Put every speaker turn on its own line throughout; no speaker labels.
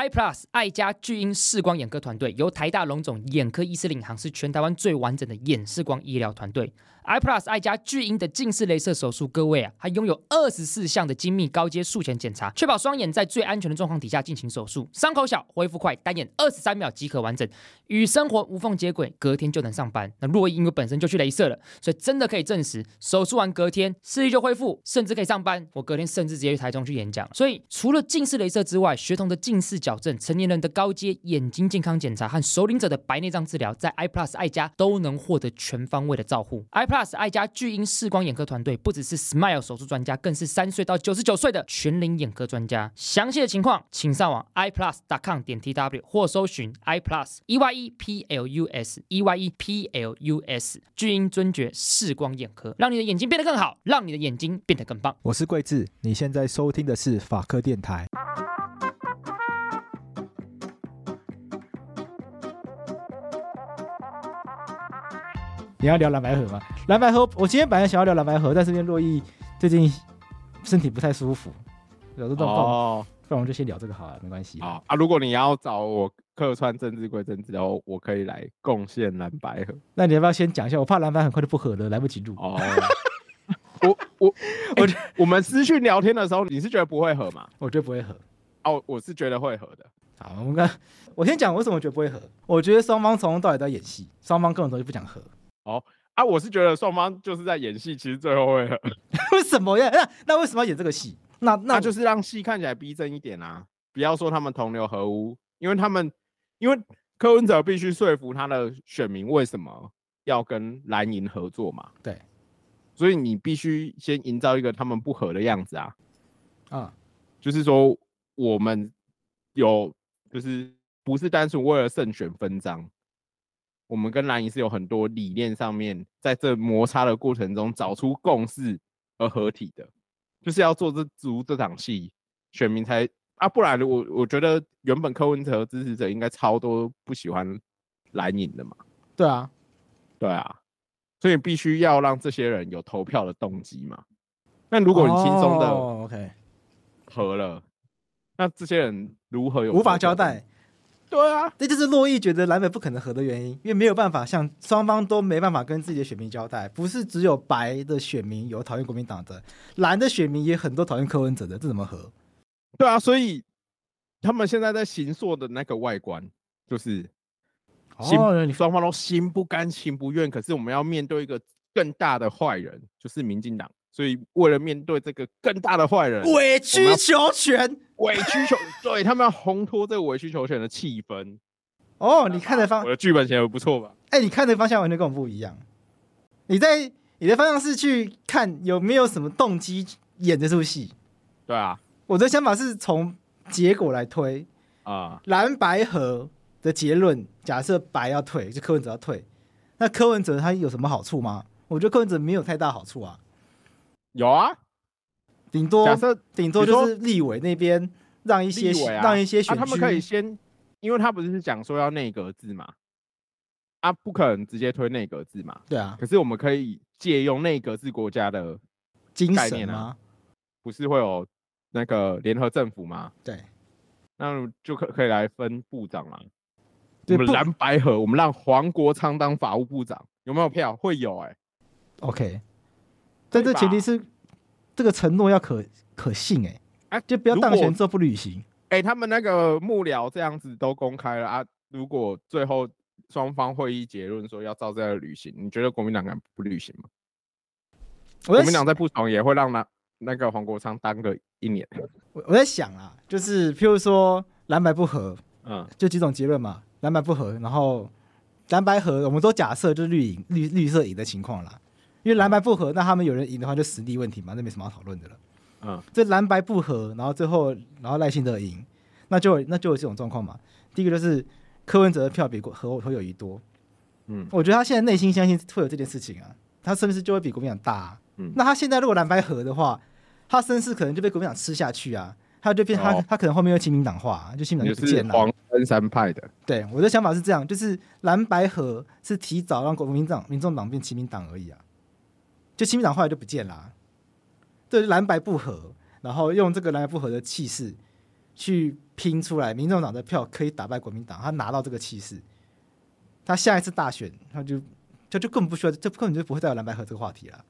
iPlus 爱家巨婴视光眼科团队由台大龙总眼科医师领航，是全台湾最完整的眼视光医疗团队。iPlus 爱家巨婴的近视雷射手术，各位啊，它拥有二十四项的精密高阶术前检查，确保双眼在最安全的状况底下进行手术，伤口小，恢复快，单眼二十三秒即可完整，与生活无缝接轨，隔天就能上班。那若因为本身就去雷射了，所以真的可以证实，手术完隔天视力就恢复，甚至可以上班。我隔天甚至直接去台中去演讲。所以除了近视雷射之外，学童的近视矫正、成年人的高阶眼睛健康检查和首领者的白内障治疗，在 iPlus 爱家都能获得全方位的照护。iPlus 爱家巨婴视光眼科团队不只是 Smile 手术专家，更是三岁到九十九岁的全龄眼科专家。详细的情况，请上网 iPlus.com 点 TW 或搜寻 iPlus E Y E P L U S E Y E P L U S 巨婴尊爵视光眼科，让你的眼睛变得更好，让你的眼睛变得更棒。
我是桂智，你现在收听的是法科电台。你要聊蓝白河吗？蓝白河，我今天本来想要聊蓝白河，但是因为洛伊最近身体不太舒服，有这种不然我
哦
不然我们就先聊这个好了，没关系。
好啊，如果你要找我客串政治归政治，然后我可以来贡献蓝白河。
那你要不要先讲一下？我怕蓝白很快就不合了，来不及录。
哦， 我我
我
我、我们私讯聊天的时候，你是觉得不会合吗？
我觉得不会合。
哦，我是觉得会合的。
好，我们看，我先讲为什么我觉得不会合。我觉得双方从头到尾都在演戏，双方根本都不想合。
啊，我是觉得双方就是在演戏，其实最后会合，
为什么呀？那那为什么要演这个戏？那那
那
我
就是让戏看起来逼真一点啊！不要说他们同流合污，因为他们因为柯文哲必须说服他的选民为什么要跟蓝营合作嘛。
对，
所以你必须先营造一个他们不合的样子啊。
啊、
就是说我们有就是不是单纯为了胜选分赃，我们跟蓝营是有很多理念上面在这摩擦的过程中找出共识而合体的，就是要做这足这场戏，选民才啊，不然我我觉得原本柯文哲支持者应该超多不喜欢蓝营的嘛，
对啊，
对啊，所以必须要让这些人有投票的动机嘛。那如果你轻松的、
哦、，OK，
合了，那这些人如何有
无法
合作
交
动
代
力？。对啊，
这就是洛伊觉得蓝白不可能合的原因，因为没有办法向双方都没办法跟自己的选民交代，不是只有白的选民有讨厌国民党的，蓝的选民也很多讨厌柯文哲的，这怎么合？
对啊，所以他们现在在行塑的那个外观，就是心、
哦，你
双方都心不甘情不愿，可是我们要面对一个更大的坏人，就是民进党。所以为了面对这个更大的坏人，
委曲求全
委曲求，对他们要烘托这个委曲求全的气氛。
哦，你看的方
我，的剧本写的不错吧？
哎、你看的方向完全跟我不一样，你在你的方向是去看有没有什么动机演这出戏，
对啊，
我的想法是从结果来推，
啊、
蓝白合的结论，假设白要退，就柯文哲要退，那柯文哲他有什么好处吗？我觉得柯文哲没有太大好处啊，
有啊。
顶多
假设
顶多就是立委那边让一些、
立委啊
让一些
啊，
选
他们
区、
可以先，因为他不是讲说要内阁制嘛，啊，不可能直接推内阁制嘛。
对啊
可是我们可以借用内阁制国家的，
精
概
神
念
吗
啊？不是会有那个联合政府嘛？
对，
那就可可以来分部长啦。
对
我们
不
蓝白合，我们让黄国昌当法务部长，有没有票？会有哎、
OK，但这前提是这个承诺要可可信哎、
啊
就不要
如
当
果
选之后不履行。
哎、他们那个幕僚这样子都公开了啊。如果最后双方会议结论说要照这样履行，你觉得国民党敢不履行吗？
我
国
在
民
想
党在不爽也会让那那个黄国昌当个一年。
我我在想啊，就是譬如说蓝白不合，
嗯，
就几种结论嘛，蓝白不合，然后蓝白合，我们都假设就是绿营绿绿色赢的情况啦，因为蓝白不合，那他们有人赢的话就实力问题嘛，那没什么好讨论的了。
嗯，
这蓝白不合，然后最后然后赖幸德赢，那就有那就有这种状况嘛。第一个就是柯文哲的票比国侯侯友谊多，
嗯
我觉得他现在内心相信会有这件事情啊，他甚至就会比国民党大、啊。
嗯
那他现在如果蓝白合的话，他身世可能就被国民党吃下去啊，他就变他、
哦
他可能后面又亲民党化啊、就亲民
你
党就不
是
见了。
黄分三派的，
对，我的想法是这样，就是蓝白合是提早让国民党、民众党变亲民党而已啊，就亲民党后来啊就不见啦、对，蓝白不合，然后用这个蓝白不合的气势去拼出来，民众党的票可以打败国民党，他拿到这个气势，他下一次大选他就他就更不需要，这根本就不会再有蓝白河这个话题了。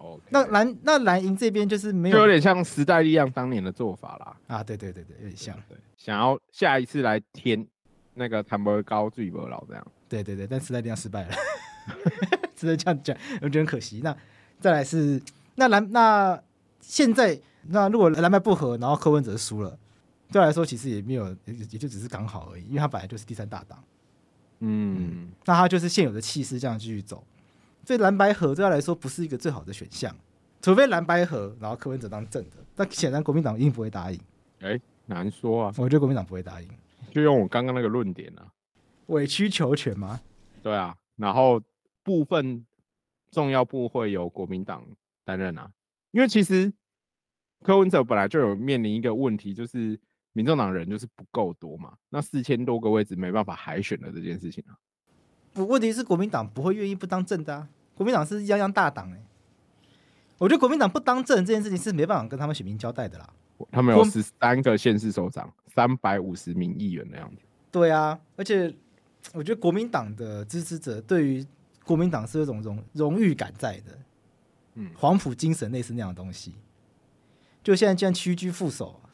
哦，
那蓝那蓝营这边就是没
就有
有
点像时代力量当年的做法啦，
啊，对对对对，有点像，
对，想要下一次来添那个谭伯高、最伯老这样。
对对对，但时代力量失败了， 只能这样讲，我觉得很可惜。那再来是那蓝那现在那如果蓝白不合，然后柯文哲输了，对我来说其实也没有，也也就只是刚好而已，因为他本来就是第三大党。
嗯，
那他就是现有的气势这样继续走。所以蓝白合对他来说不是一个最好的选项，除非蓝白合，然后柯文哲当正的。但显然国民党一定不会答应，
难说啊，
我觉得国民党不会答应，
就用我刚刚那个论点啊，
委曲求全吗？
对啊，然后部分重要部会由国民党担任啊，因为其实柯文哲本来就有面临一个问题，就是民众党人就是不够多嘛，那四千多个位置没办法海选的这件事情啊，
不，问题是国民党不会愿意不当正的啊。国民党是泱泱大党哎、我觉得国民党不当正这件事情是没办法跟他们选民交代的啦。
他们有
我
十三个县市首长，三百五十名议员的样子。
对啊，而且我觉得国民党的支持者对于国民党是有一种荣荣誉感在的，
嗯
黄埔精神类似那样的东西。就现在居然屈居副手，啊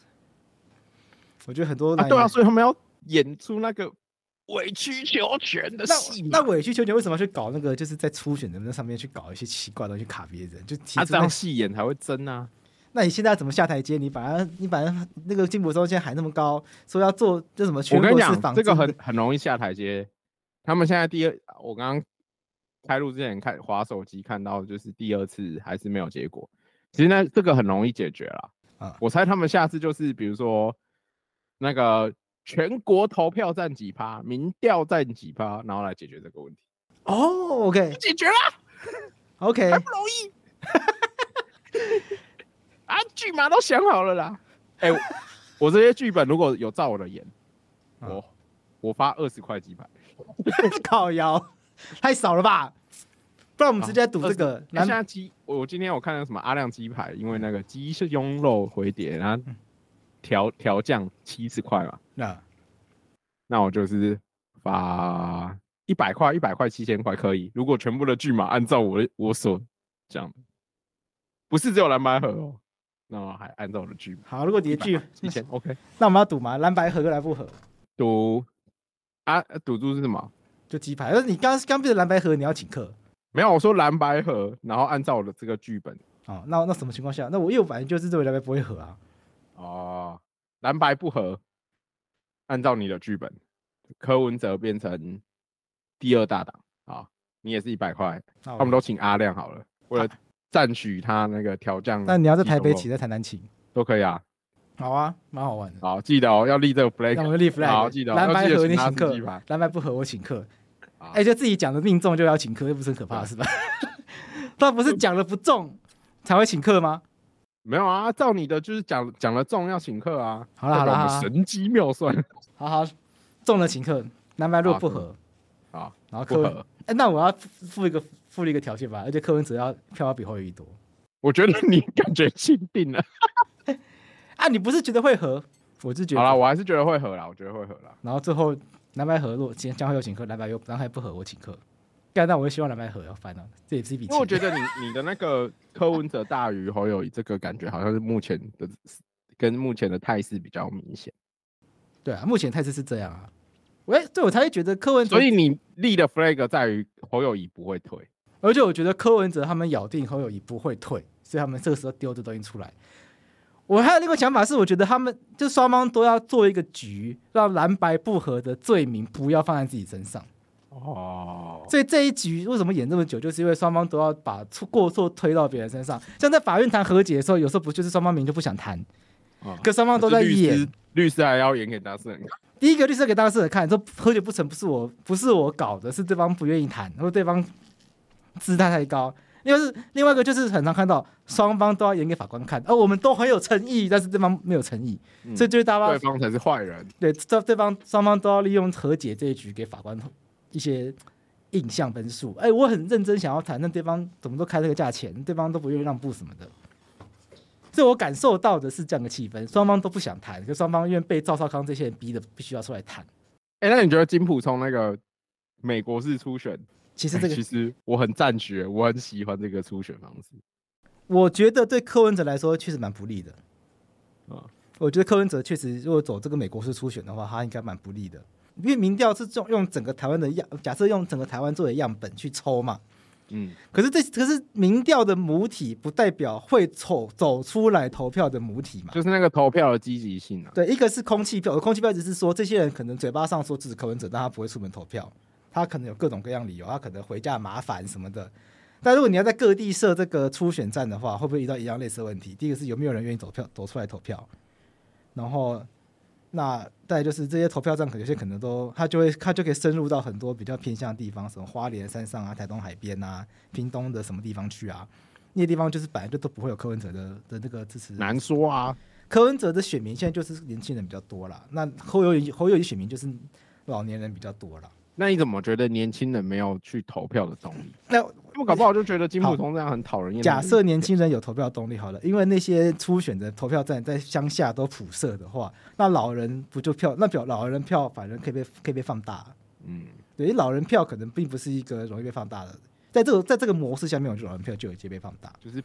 我觉得很多
啊，
蓝
对啊，
营
所以他们要演出那个委曲求全的戏
那
嘛
那委曲求全为什么要去搞那个？就是在初选的那上面去搞一些奇怪的东西去卡别人，就提
啊，
出
这
那
样戏演才会真啊。
那你现在怎么下台阶？你把他，你把他那个金普中现在喊那么高，说要做这什么全
我
国
跟你
式
讲，
仿
这个
真
很很容易下台阶。他们现在第二，我刚刚开录之前看划手机看到，就是第二次还是没有结果。其实呢，这个很容易解决啦。
啊
我猜他们下次就是比如说那个全国投票占几趴，民调占几趴，然后来解决这个问题。
哦，OK
解决啦，
OK，
不容易。啊，剧码都想好了啦。哎、我我这些剧本如果有照我的演，
啊
我我发二十块几百。
靠腰太少了吧？不然我们直接赌这个
那
蓝
现在鸡，我我今天我看了什么阿亮鸡排，因为那个鸡是用肉回碟，然后调调酱七十块嘛，
那
那我就是发一百块，一百块七千块可以。如果全部的巨码按照我的我所讲的，不是只有蓝白盒哦，那我还按照我的巨码
好，如果你的 剧，
七千 OK。
那我们要赌吗？蓝白合跟蓝不合
赌啊，赌注是什么？
就鸡排。但是你刚刚变成蓝白合，你要请客
没有，我说蓝白盒，然后按照我的这个剧本
哦。那那什么情况下？那我右反正就是认为蓝白不会合啊。
哦，蓝白不合，按照你的剧本，柯文哲变成第二大党啊，你也是一百块，
那
他
我
们都请阿亮好了，为了占取他那个调降鸡胸肉，
啊那你要在台北请，在台南请，
都可以啊。
好啊，蛮好玩的。
好，记得哦，要立这个
那我
flag
们立 flag，
好记得哦
蓝
要
白
记得
合
请
你
他
请
吃
客
鸡排，
蓝白不合我请客。
啊
哎、，就自己讲的命中就要请客，又不是很可怕
对
是吧？他不是讲了不中才会请客吗？
没有啊，照你的就是讲讲了中要请客啊。
好啦
代表
好啦
我们
好啦
神机妙算
好好，中了请客，蓝白若
好
不
中
合，
好，
然后啊
啊不
柯文，
合。
哎、那我要附附一个附了一个条件吧，而且柯文哲要票要比侯友谊多
我觉得 你感觉钦定了。
啊！你不是觉得会合，我是 觉得
好啦，我还是觉得会合啦，我觉得会合啦。
然后最后蓝白合若将将会有请客，蓝白又蓝白不合我请客，干那我也希望蓝白合要翻了，这也是一笔
因
钱。
为我觉得你你的那个柯文哲大于侯友谊这个感觉，好像是目前的跟目前的态势比较明显，
对啊，目前态势是这样啊。喂，对我才会觉得柯文哲
所以你立的 flag 在于侯友谊不会退。
而且我觉得柯文哲他们咬定侯友谊不会退，所以他们这个时候丢这东西出来。我还有另一个想法是，我觉得他们就双方都要做一个局，让蓝白不合的罪名不要放在自己身上。
哦，
所以这一局为什么演这么久，就是因为双方都要把错过错推到别人身上。像在法院谈和解的时候，有时候不就是双方明明就不想谈，可双方都在
哦律
演
师。律师还要演给大家人看。
第一个律师给当事人看，说和解不成不是我不是我搞的，是对方不愿意谈，或者对方姿态太高。另外是另外一个就是很常看到双方都要演给法官看，而、我们都很有诚意，但是对方没有诚意，
嗯
所以就是大家
对方才是坏人，
对这对方双方都要利用和解这一局给法官一些印象分数。哎，我很认真想要谈，但对方怎么都开这个价钱，对方都不愿意让步什么的。所以我感受到的是这样的气氛，双方都不想谈，就双方因为被赵少康这些人逼的，必须要出来谈。
哎、那你觉得金普聪那个美国式初选，
其实这个
哎其，实我很赞许，我很喜欢这个初选方式。
我觉得对柯文哲来说确实蛮不利的。
啊
我觉得柯文哲确实，如果走这个美国式初选的话，他应该蛮不利的，因为民调是用用整个台湾的样，假设用整个台湾作为样本去抽嘛。
嗯，
可是这可是民调的母体，不代表会走走出来投票的母体嘛？
就是那个投票的积极性啊。
对，一个是空气票，呃空气票只是说这些人可能嘴巴上说支持柯文哲，但他不会出门投票，他可能有各种各样理由，他可能回家麻烦什么的。但如果你要在各地设这个初选站的话，会不会遇到一样类似的问题？第一个是有没有人愿意走票走出来投票，然后那再来就是这些投票站，可能有些可能都他就会他就可以深入到很多比较偏向的地方，什么花莲山上啊、台东海边啊、屏东的什么地方去啊，那些地方就是本来就都不会有柯文哲的的那个支持
难说啊，
柯文哲的选民现在就是年轻人比较多啦，那侯友宜侯友宜选民就是老年人比较多啦。
那你怎么觉得年轻人没有去投票的动力？
那
他们搞不好就觉得金普通这样很讨人厌。
假设年轻人有投票动力好了，因为那些初选的投票站在乡下都普设的话，那老人不就票？那表老人票反正可以被可以被放大，
嗯，
对，因为老人票可能并不是一个容易被放大的，在这个在这个模式下面，我觉得老人票就有机会被放大。
就是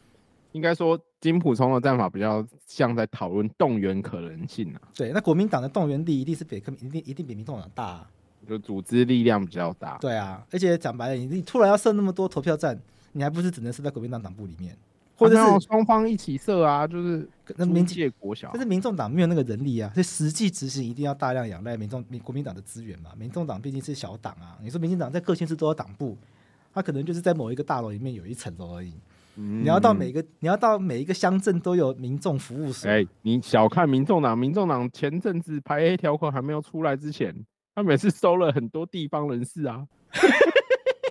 应该说金普通的战法比较像在讨论动员可能性啊，
对，那国民党的动员力一定是比一定一定比民众党大、啊。
就组织力量比较大。
对啊，而且讲白了，你你突然要设那么多投票站，你还不是只能设在国民党党部里面，或者
啊没有
是
双方一起射啊，就是
那
租
民进，
界国小啊
但，是民众党没有那个人力啊，所以实际执行一定要大量仰赖民众民国民党的资源嘛。民众党毕竟是小党啊，你说民进党在各县市都有党部，他可能就是在某一个大楼里面有一层楼而已。
你
你要到每个你要到每一个乡镇都有民众服务所，
嗯哎、你小看民众党，民众党前阵子排黑条款还没有出来之前，他每次收了很多地方人士啊，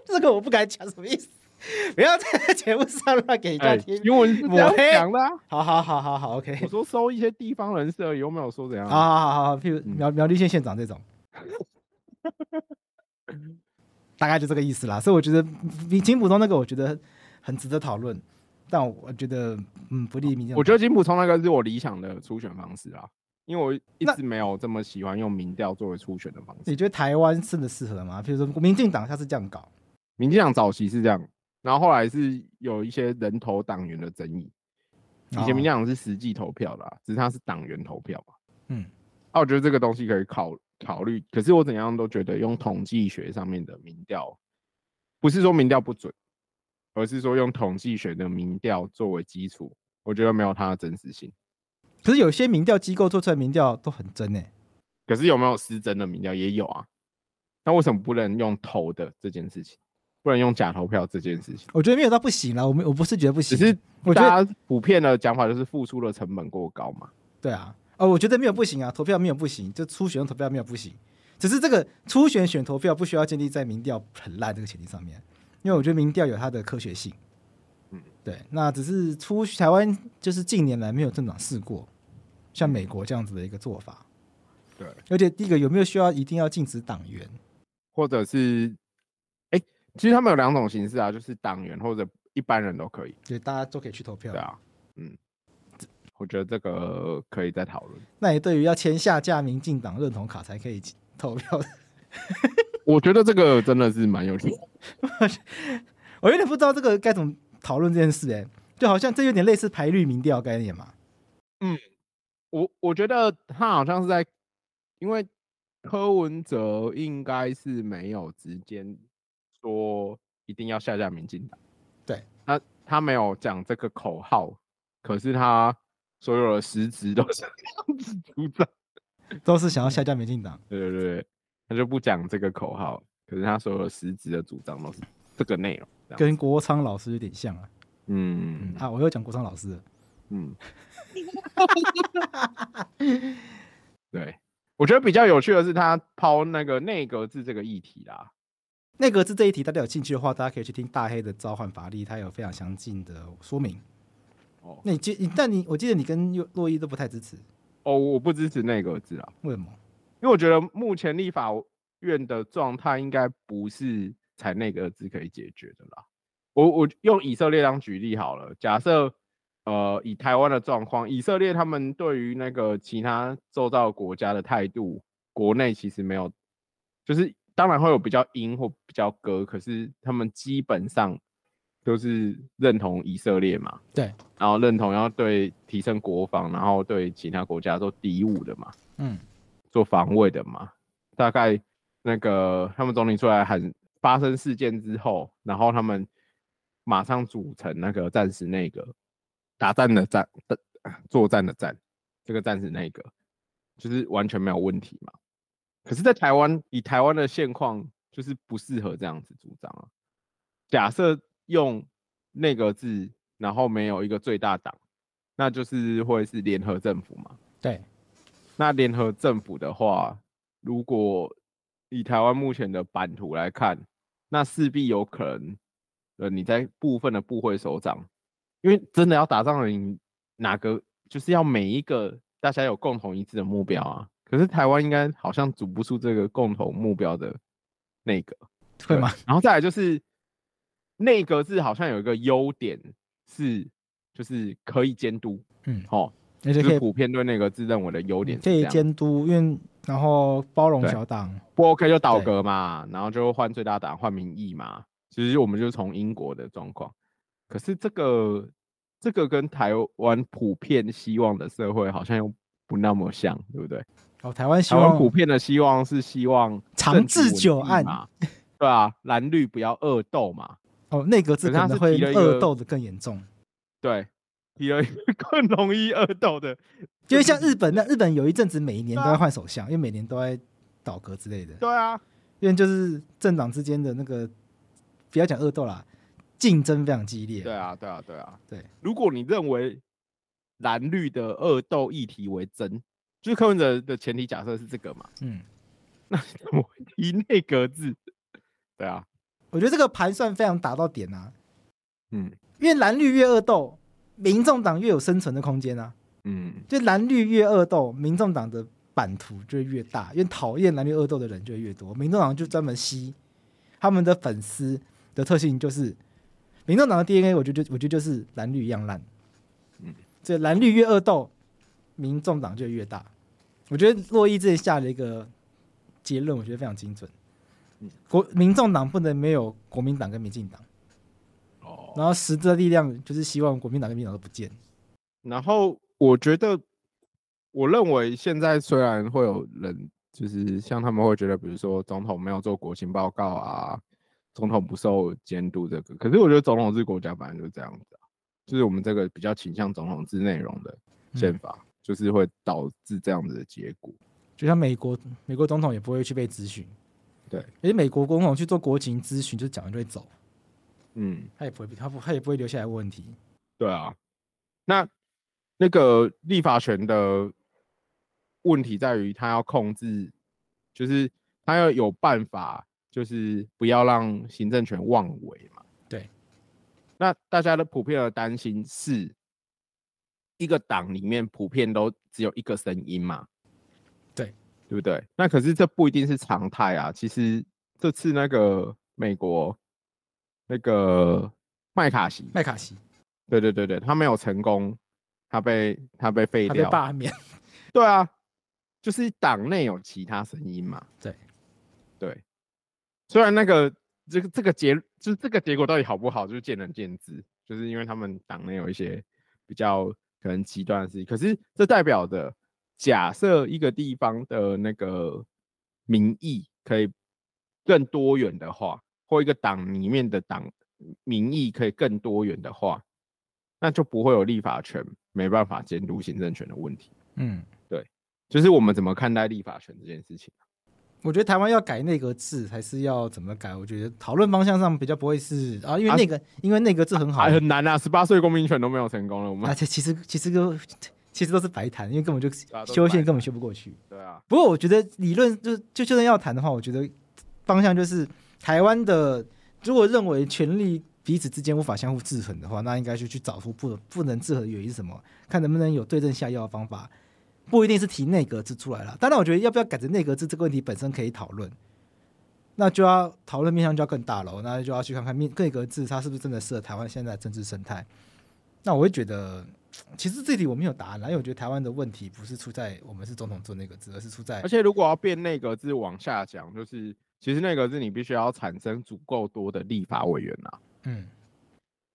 这个我不敢讲什么意思，不要在节目上乱给人家
哎、
听。
新闻是这
抹
样
黑
讲的、啊。
好好好好好，OK，
我说收一些地方人士而已，有没有说怎样
啊好？好好好好，譬如
啊嗯
苗苗栗县县长这 种，大概就这个意思啦。所以我觉得嗯比金普通那个，我觉得很值得讨论，但我觉得嗯不利民进党。
我觉得金普聪那个是我理想的初选方式啊，因为我一
那
直没有这么喜欢用民调作为初选的方式。
你觉得台湾真的适合吗？譬如说民进党下次这样搞，
民进党早期是这样，然后后来是有一些人头党员的争议。以前民进
哦
党是实际投票啦，啊只是它是党员投票嘛。
嗯，
啊，我觉得这个东西可以考考虑，可是我怎样都觉得用统计学上面的民调，不是说民调不准，而是说用统计学的民调作为基础，我觉得没有它的真实性。
可是有些民调机构做出来民调都很真欸诶、
可是有没有失真的民调也有啊？那为什么不能用投的这件事情，不能用假投票这件事情？
我觉得没有到不行啦，我们我不是觉得不
只
行，
是
我觉得
大家普遍的讲法就是付出的成本过高嘛。
对啊，哦，我觉得没有不行啊，投票没有不行，就初选用投票没有不行，只是这个初选选投票不需要建立在民调很烂这个前提上面，因为我觉得民调有它的科学性。
嗯，
对，那只是出台湾就是近年来没有政党试过像美国这样子的一个做法，
对，
而且第一个有没有需要一定要禁止党员？
或者是，哎、其实他们有两种形式啊，就是党员或者一般人都可以。
对，大家都可以去投票。
对啊，嗯，我觉得这个可以再讨论。
那你对于要签下架民进党认同卡才可以投票，
我觉得这个真的是蛮有趣的。
我有点不知道这个该怎么讨论这件事、欸，哎，就好像这有点类似排绿民调概念嘛。
我我觉得他好像是在，因为柯文哲应该是没有直接说一定要下架民进党，
对
他他没有讲这个口号，可是他所有的实质都是这样子主张。
都是想要下架民进党。
对对对，他就不讲这个口号，可是他所有的实质的主张都是这个内容。这样
跟国昌老师有点像啊。
嗯
啊，我又讲国昌老师了，
嗯， 对，我觉得比较有趣的是他抛那个内阁制这个议题啦。
内阁制这一题，大家有兴趣的话，大家可以去听大黑的召唤法力，它有非常详尽的说明。
哦
那你记，你但你我记得你跟洛洛伊都不太支持，
哦，我不支持内阁制啊，
为什么？
因为我觉得目前立法院的状态应该不是采内阁制可以解决的啦。我我用以色列当举例好了，假设呃，以台湾的状况，以色列他们对于那个其他周遭国家的态度，国内其实没有，就是当然会有比较阴或比较鸽，可是他们基本上都是认同以色列嘛，
对，
然后认同要对提升国防，然后对其他国家做敌武的嘛，
嗯，
做防卫的嘛。大概那个他们总理出来喊发生事件之后，然后他们马上组成那个战时内阁，打战的战的作战的战，这个战时内阁就是完全没有问题嘛。可是，在台湾以台湾的现况，就是不适合这样子主张啊。假设用内阁制，然后没有一个最大党，那就是会是联合政府嘛。
对，
那联合政府的话，如果以台湾目前的版图来看，那势必有可能，呃，你在部分的部会首长，因为真的要打仗了，你哪个就是要每一个大家有共同一致的目标啊。可是台湾应该好像组不出这个共同目标的内阁，
会
对
吗？？
然后再来就是内阁制好像有一个优点是，就是可以监督，
嗯
哦，
而且
就
可
是
以
普遍对内阁制认为的优点是
嗯可
这
以
样
监督，因为然后包容
对
小党，
不 OK 就倒
对
戈嘛，然后就换最大党，换民意嘛。其实我们就从英国的状况，可是这个这个跟台湾普遍希望的社会好像又不那么像，对不对？
哦，台湾希
台湾
望
普遍的希望是希望
长
政局
治
稳
久
定
安
嘛，对啊，蓝绿不要恶斗嘛，
哦内阁制
可是他
可能
是
会
提了一
恶
个
斗的更严重，
对，提了一个 更容易恶斗的，
就
就
会
是
像日本那日本有一阵子每一年都
对
在
啊
换首相，因为每年都在倒戈之类的，
对啊，
因为就是政党之间的那个不要讲恶斗啦，竞争非常激烈，
对啊，对啊，对啊，
对。
如果你认为蓝绿的恶斗议题为真，就是柯文哲的前提假设是这个嘛，
嗯，
我会提内阁制。 对啊，
我觉得这个盘算非常打到点啊，
嗯
因为蓝绿越恶斗，民众党越有生存的空间啊。
嗯，
就蓝绿越恶斗，民众党的版图就越大，因为讨厌蓝绿恶斗的人就越多。民众党就专门吸他们的粉丝的特性，就是民众党的 DNA，我觉得就我觉得就是蓝绿一样烂。
嗯，
所以蓝绿越恶斗，民众党就越大。我觉得洛伊这里下了一个结论，我觉得非常精准
嗯。
国民众党不能没有国民党跟民进党，
哦。
然后实质的力量就是希望国民党跟民进党都不见。
然后我觉得，我认为现在虽然会有人，就是像他们会觉得，比如说总统没有做国情报告啊，总统不受监督这个，可是我觉得总统制国家本来就是这样子、啊，就是我们这个比较倾向总统制内容的宪法，就是会导致这样子的结果。
就像美国美国总统也不会去被咨询，
对
而且美国总统去做国情咨询，就讲完就会走，
嗯，
他也不会他不他也不会留下来问问题。
对啊，那那个立法权的问题在于，他要控制，就是他要有办法，就是不要让行政权妄为嘛。
对。
那大家的普遍的担心是，一个党里面普遍都只有一个声音嘛。
对，
对不对？那可是这不一定是常态啊。其实这次那个美国那个麦卡锡，
麦卡锡
对对对对，他没有成功，他被他被废
他被
掉。
罢 免，
对啊，就是党内有其他声音嘛。
对
对，虽然那个这个这个结就是这个结果到底好不好，就是见仁见智，就是因为他们党内有一些比较可能极端的事情，可是这代表着假设一个地方的那个民意可以更多元的话，或一个党里面的党民意可以更多元的话，那就不会有立法权没办法监督行政权的问题。
嗯，
就是我们怎么看待立法权这件事情。
我觉得台湾要改内阁制，还是要怎么改？我觉得讨论方向上比较不会是啊，因为
啊
那个、因为内阁制很好，
还很难啊，十八岁公民权都没有成功了，我们、
而且其实其实都其实都是白谈，因为根本就
啊都是
修宪
白
根本修不过去。
对啊，
不过我觉得理论就就就算要谈的话，我觉得方向就是台湾的，如果认为权力彼此之间无法相互制衡的话，那应该就去找出不不能制衡的原因是什么，看能不能有对症下药的方法。不一定是提内阁制出来了，当然我觉得要不要改成内阁制这个问题本身可以讨论，那就要讨论面向就要更大了，那就要去看看面内阁制它是不是真的适合台湾现在的政治生态。那我会觉得其实这题我没有答案啦，因为我觉得台湾的问题不是出在我们是总统做那个字，而是出在
而且如果要变内阁制往下讲，就是其实内阁制你必须要产生足够多的立法委员啊。
嗯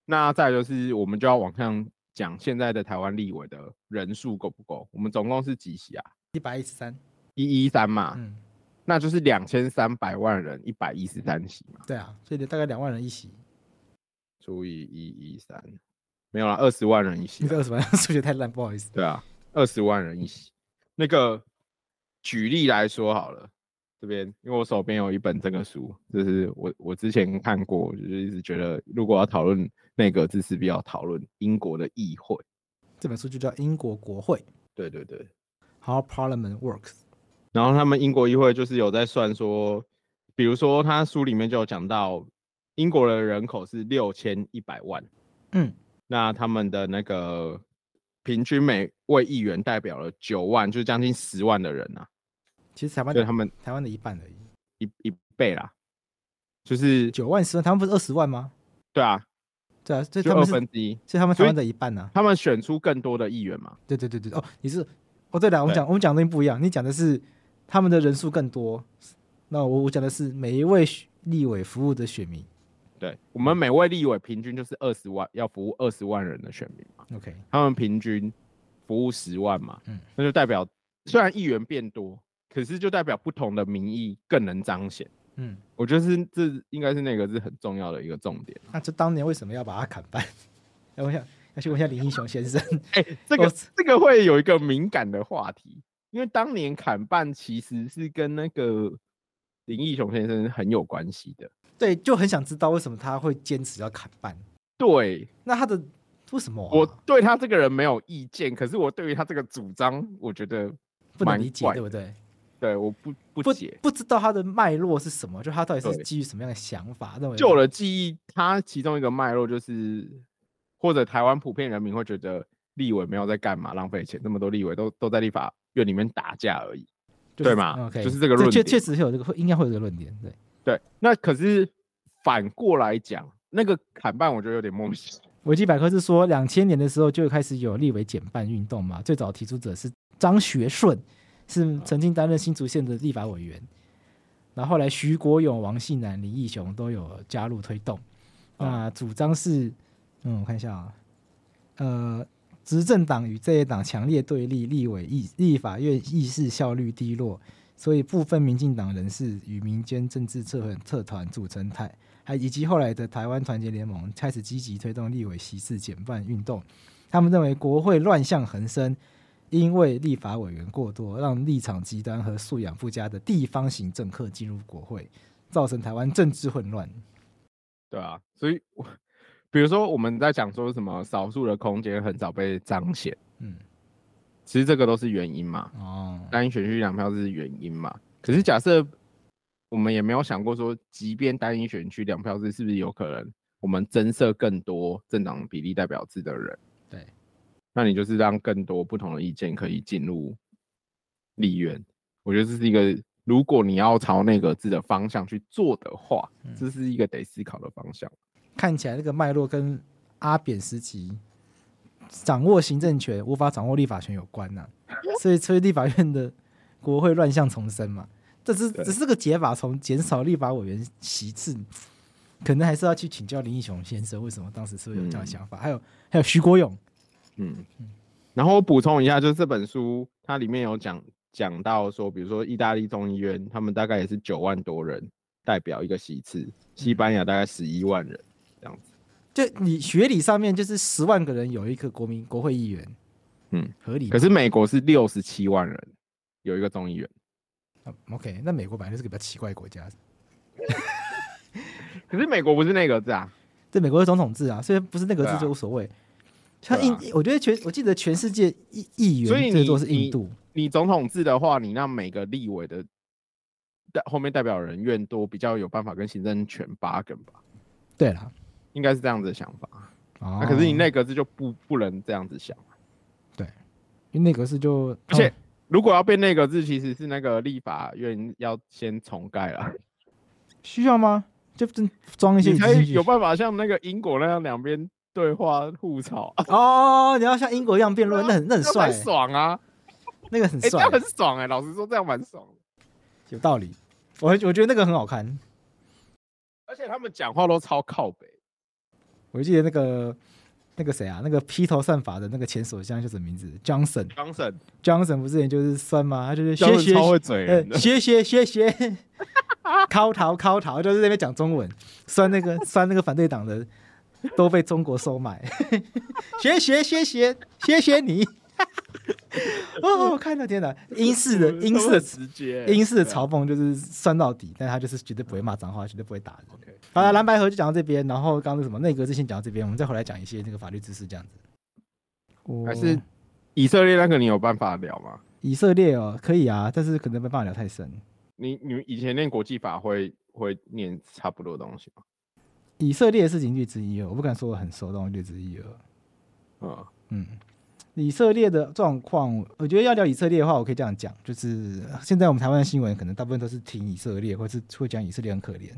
那再就是我们就要往上讲，现在的台湾立委的人数够不够？我们总共是几席啊？
一百一十三，
一一三嘛，
嗯，
那就是两千三百万人，一百一十三席嘛，
对啊，所以大概两万人一席，
除以一一三，没有啦，二十万人一席
你
啊啦
这。二十万数学太烂，不好意思。
对啊，二十万人一席。那个举例来说好了，这边因为我手边有一本这个书，就是我我之前看过，就是一直觉得如果要讨论内阁制，势必要讨论英国的议会。
这本书就叫《英国国会
对对对，
How Parliament Works》。
然后他们英国议会就是有在算说，比如说他书里面就有讲到，英国的人口是六千一百万，
嗯，
那他们的那个平均每位议员代表了九万，就是将近十万的人啊，
其实台湾
所
的
以他们
台湾的一半而已，
一一倍啦，就是
九万十万，他们不是二十万吗？
对啊，
对啊，所以
就
他
二
们是，
分之一，
所以他们台
所以
湾的一半呢、啊
他们选出更多的议员嘛，
对对对对，对哦，你是哦，对了，我们
对
讲我们讲的东西不一样，你讲的是他们的人数更多，那我我讲的是每一位选立委服务的选民。
对我们每位立委平均就是二十万，要服务二十万人的选民嘛，
OK，
他们平均服务十万嘛，
嗯
那就代表虽然议员变多，可是就代表不同的民意更能彰显。
嗯，
我觉得是这应该是那个是很重要的一个重点。
那这当年为什么要把它砍半？ 要问一下，要去问一下林英雄先生。
哎、这个
哦
这个会有一个敏感的话题，因为当年砍半其实是跟那个林义雄先生很有关系的。
对，就很想知道为什么他会坚持要砍半。
对
那他的为什么啊、
我对他这个人没有意见，可是我对于他这个主张，我觉得
不能
蛮
理解，
怪
对不对？
对我不不
不
解。
不知道他的脉络是什么，就他到底是
对
基于什么样的想法认为
就我的记忆，他其中一个脉络就是，或者台湾普遍人民会觉得立委没有在干嘛，浪费钱，那么多立委都都在立法院里面打架而已。
就是
对嘛
嗯？OK，
就是这个论
确
点
确实是有这个，会应该会有这个论点。对，
对，那可是反过来讲，那个砍半我觉得有点莫名其妙。
维基百科是说，两千年的时候就开始有立委减半运动嘛。最早提出者是张学顺，是曾经担任新竹县的立法委员。然后后来徐国勇、王信南、林义雄都有加入推动。
哦
那主张是，嗯，我看一下啊，呃，执政党与这一党强烈对立，立委议立法院议事效率低落，所以部分民进党人士与民间政治社团社团组成台还以及后来的台湾团结联盟开始积极推动立委席次减半运动。他们认为国会乱象横生，因为立法委员过多，让立场极端和素养不佳的地方型政客进入国会，造成台湾政治混乱。
对啊，所以我比如说我们在讲说什么少数的空间很少被彰显，
嗯，
其实这个都是原因嘛，
哦，
单一选区两票是原因嘛。可是假设我们也没有想过说，即便单一选区两票制，是不是有可能我们增设更多政党比例代表制的人？
对，
那你就是让更多不同的意见可以进入立院。我觉得这是一个，如果你要朝内阁制的方向去做的话，这是一个得思考的方向。
看起来那个脉络跟阿扁时期掌握行政权无法掌握立法权有关呐、所以所以立法院的国会乱象丛生嘛。这只
对
只是这个解法，从减少立法委员席次，可能还是要去请教林义雄先生为什么当时是不是有这样的想法，还有还有徐国勇，
嗯，然后我补充一下，就是这本书它里面有讲讲到说，比如说意大利众议院，他们大概也是九万多人代表一个席次，西班牙大概十一万人这样子。
就你学理上面就是十万个人有一个国民国会议员，
嗯，
合理吧。
可是美国是六十七万人有一个众议院，
哦 OK，那美国本来就是个比较奇怪的国家，
可是美国不是那个字啊，
对，美国是总统制啊，所以不是那个
对
字
啊
就无所谓。像
对
印
啊，
我觉得全，我记得全世界议议
所以
员
你
最多是印度，
你总统制的话，你让每个立委的代后面代表人越多，比较有办法跟行政权拔梗吧，
对啦。
应该是这样子的想法。
哦
那、啊可是你内阁制就不不能这样子想。
因为内阁是就，哦
而且如果要变内阁制，其实是那个立法院要先重盖了，
需要吗？就真装一些
你
椅
可
子进
以
去
有办法像那个英国那样两边对话互吵， 啊
哦，你要像英国一样辩论，那很那很
这样
帅
才
欸，
爽啊！
那个很
哎，这
帅
样，很爽哎，老实说这样蛮爽的，
有道理。我我觉得那个很好看，
而且他们讲话都超靠北。
我记得那个那个谁啊，那个披头散发的那个前首相叫什么名字？Johnson。
张神，
Johnson 不是也就是酸吗？他就是
张
学
神
学
超会嘴人
呃
的，
学学学学， 考逃考逃，就是在那边讲中文，酸那个酸那个反对党的都被中国收买， 学学学学学学你。 哦，我看到天哪，英式的呃英式的
直接，
英式的
对啊
嘲讽就是酸到底，但他就是绝对不会骂脏话，绝对不会打人。
OK
好了，蓝白河就讲到这边，然后刚刚那什么内阁之先讲到这边，我们再回来讲一些那个法律知识这样子。我
还是以色列那个你有办法聊吗？
以色列哦，可以啊，但是可能没办法聊太深。
你你以前念国际法会会念差不多的东西吗？
以色列的事情略知一二，我不敢说我很熟，但我略知一二。
嗯，
嗯，以色列的状况，我觉得要聊以色列的话，我可以这样讲，就是现在我们台湾的新闻可能大部分都是挺以色列，或是会讲以色列很可怜。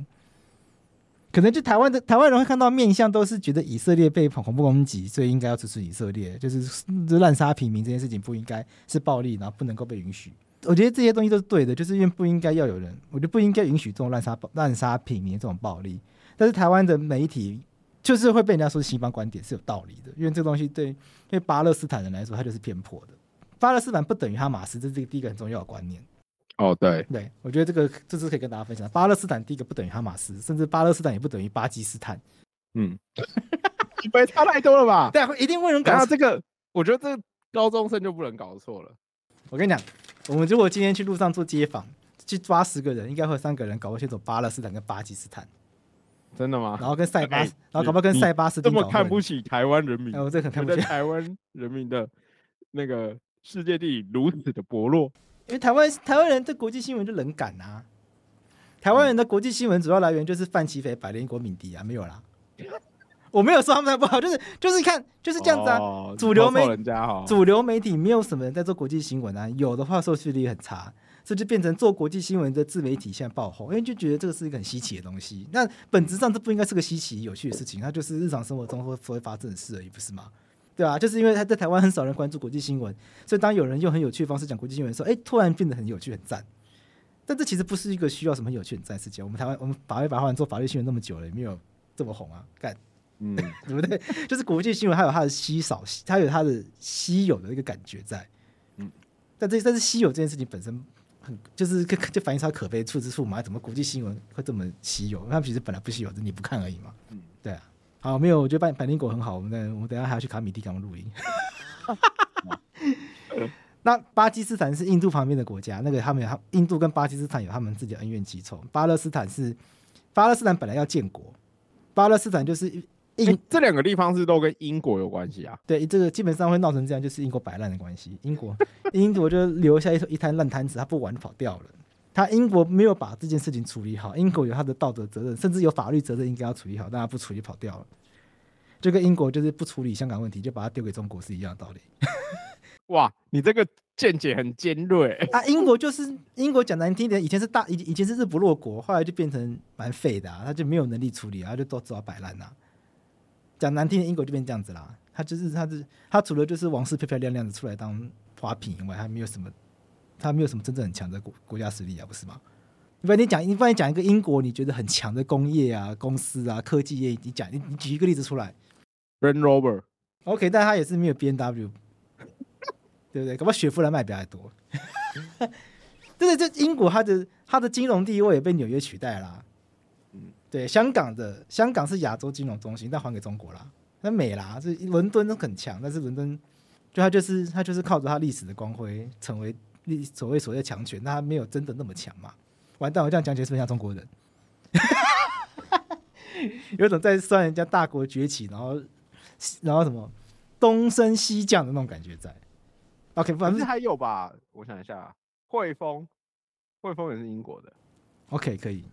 可能就台湾的台湾人会看到面相，都是觉得以色列被恐恐怖攻击，所以应该要支持以色列，就是就是滥杀平民这件事情不应该是暴力，然后不能够被允许。我觉得这些东西都是对的，就是因为不应该要有人，我觉得不应该允许这种滥杀滥杀平民这种暴力。但是台湾的媒体就是会被人家说是西方观点是有道理的，因为这个东西对对巴勒斯坦人来说，它就是偏颇的。巴勒斯坦不等于哈马斯，这是第一个很重要的观念。
哦对，
对，我觉得这个这是可以跟大家分享。巴勒斯坦第一个不等于哈马斯，甚至巴勒斯坦也不等于巴基斯坦。
嗯， 你们差太多了吧？
对啊，会一定会有 人搞
然后
错。
这个，我觉得这个高中生就不能搞错了。
我跟你讲，我们如果今天去路上做街访，去抓十个人，应该会有三个人搞不清楚巴勒斯坦跟巴基斯坦，
真的吗？
然后跟塞巴，
哎
然后搞不好跟
你
塞巴斯
这
汀搞
么
混
看不起台湾人民
哎，，我这很看
觉
不
得
起，
台湾人民的那个世界地理如此的薄弱。
因为台湾台湾人对国际新闻就冷感啊。台湾人的国际新闻主要来源就是范奇斐、百灵国、敏迪啊，没有啦。我没有说他们不好，就是就是看就是这样子啊。
哦
主流
嘲
媒
笑人家哈，
主流媒体没有什么人在做国际新闻啊，有的话收视率很差，这就变成做国际新闻的自媒体现在爆红，因为就觉得这个是一个很稀奇的东西。那本质上这不应该是个稀奇有趣的事情，它就是日常生活中会会发生的事而已，不是吗？对啊，就是因为他在台湾很少人关注国际新闻，所以当有人用很有趣的方式讲国际新闻的时候，哎，突然变得很有趣很赞。但这其实不是一个需要什么很有趣很赞的事情。我们台湾我们法律白话文做法律新闻那么久了，也没有这么红啊，干。
嗯，
对不对？就是国际新闻，它有它的稀少，它有它的稀有的一个感觉在。
嗯，
但这但是稀有这件事情本身很就是 就就反映出它可悲处之处嘛，怎么国际新闻会这么稀有？它其实本来不稀有，只是你不看而已嘛。
嗯，
对啊。好，没有，我觉得百百灵果很好，我们等我们等一下还要去卡米蒂给他们录音。 那巴基斯坦是印度旁边的国家，那个他们有他印度跟巴基斯坦有他们自己的恩怨情仇。巴勒斯坦是巴勒斯坦本来要建国，巴勒斯坦就是印
诶哎这两个地方是都跟英国有关系啊。
对，这个基本上会闹成这样，就是英国摆烂的关系。英国，英国就留下一一滩烂摊子，他不玩就跑掉了。他英国没有把这件事情处理好，英国有他的道德责任，甚至有法律责任应该要处理好，但他不处理跑掉了。这个英国就是不处理香港问题，就把它丢给中国是一样的道理。
哇，你这个见解很尖锐。
啊，英国就是英国讲难听一点，以前是大以以前是日不落国，后来就变成蛮废的、啊，他就没有能力处理啊，他就都只好摆烂啦。讲难听，英国就变这样子啦。他就是他是他除了就是王室漂漂亮亮的出来当花瓶以外，他没有什么他没有什么真正很强的国国家实力啊，不是吗？不然你讲，不然你讲一个英国你觉得很强的工业啊、公司啊、科技业，你讲你你举一个例子出来
Range Rover，
，OK，但他也是没有 B N W，对不对？搞不好雪佛兰卖比他还多。对对，这英国它的它的金融地位也被纽约取代啦。嗯
嗯，
对，香港的香港是亚洲金融中心，但还给中国啦。那美啦，这伦敦都很强，但是伦敦就它就是它就是靠着它历史的光辉成为历所谓所谓的强权，那它没有真的那么强嘛。完蛋，我这样讲起来是不是像中国人？ 有种在算人家大国崛起，然后然后什么东升西降的那种感觉在。OK，反
反
正
正还有吧？我想一下，啊汇丰，汇丰也是英国的。
OK，可以，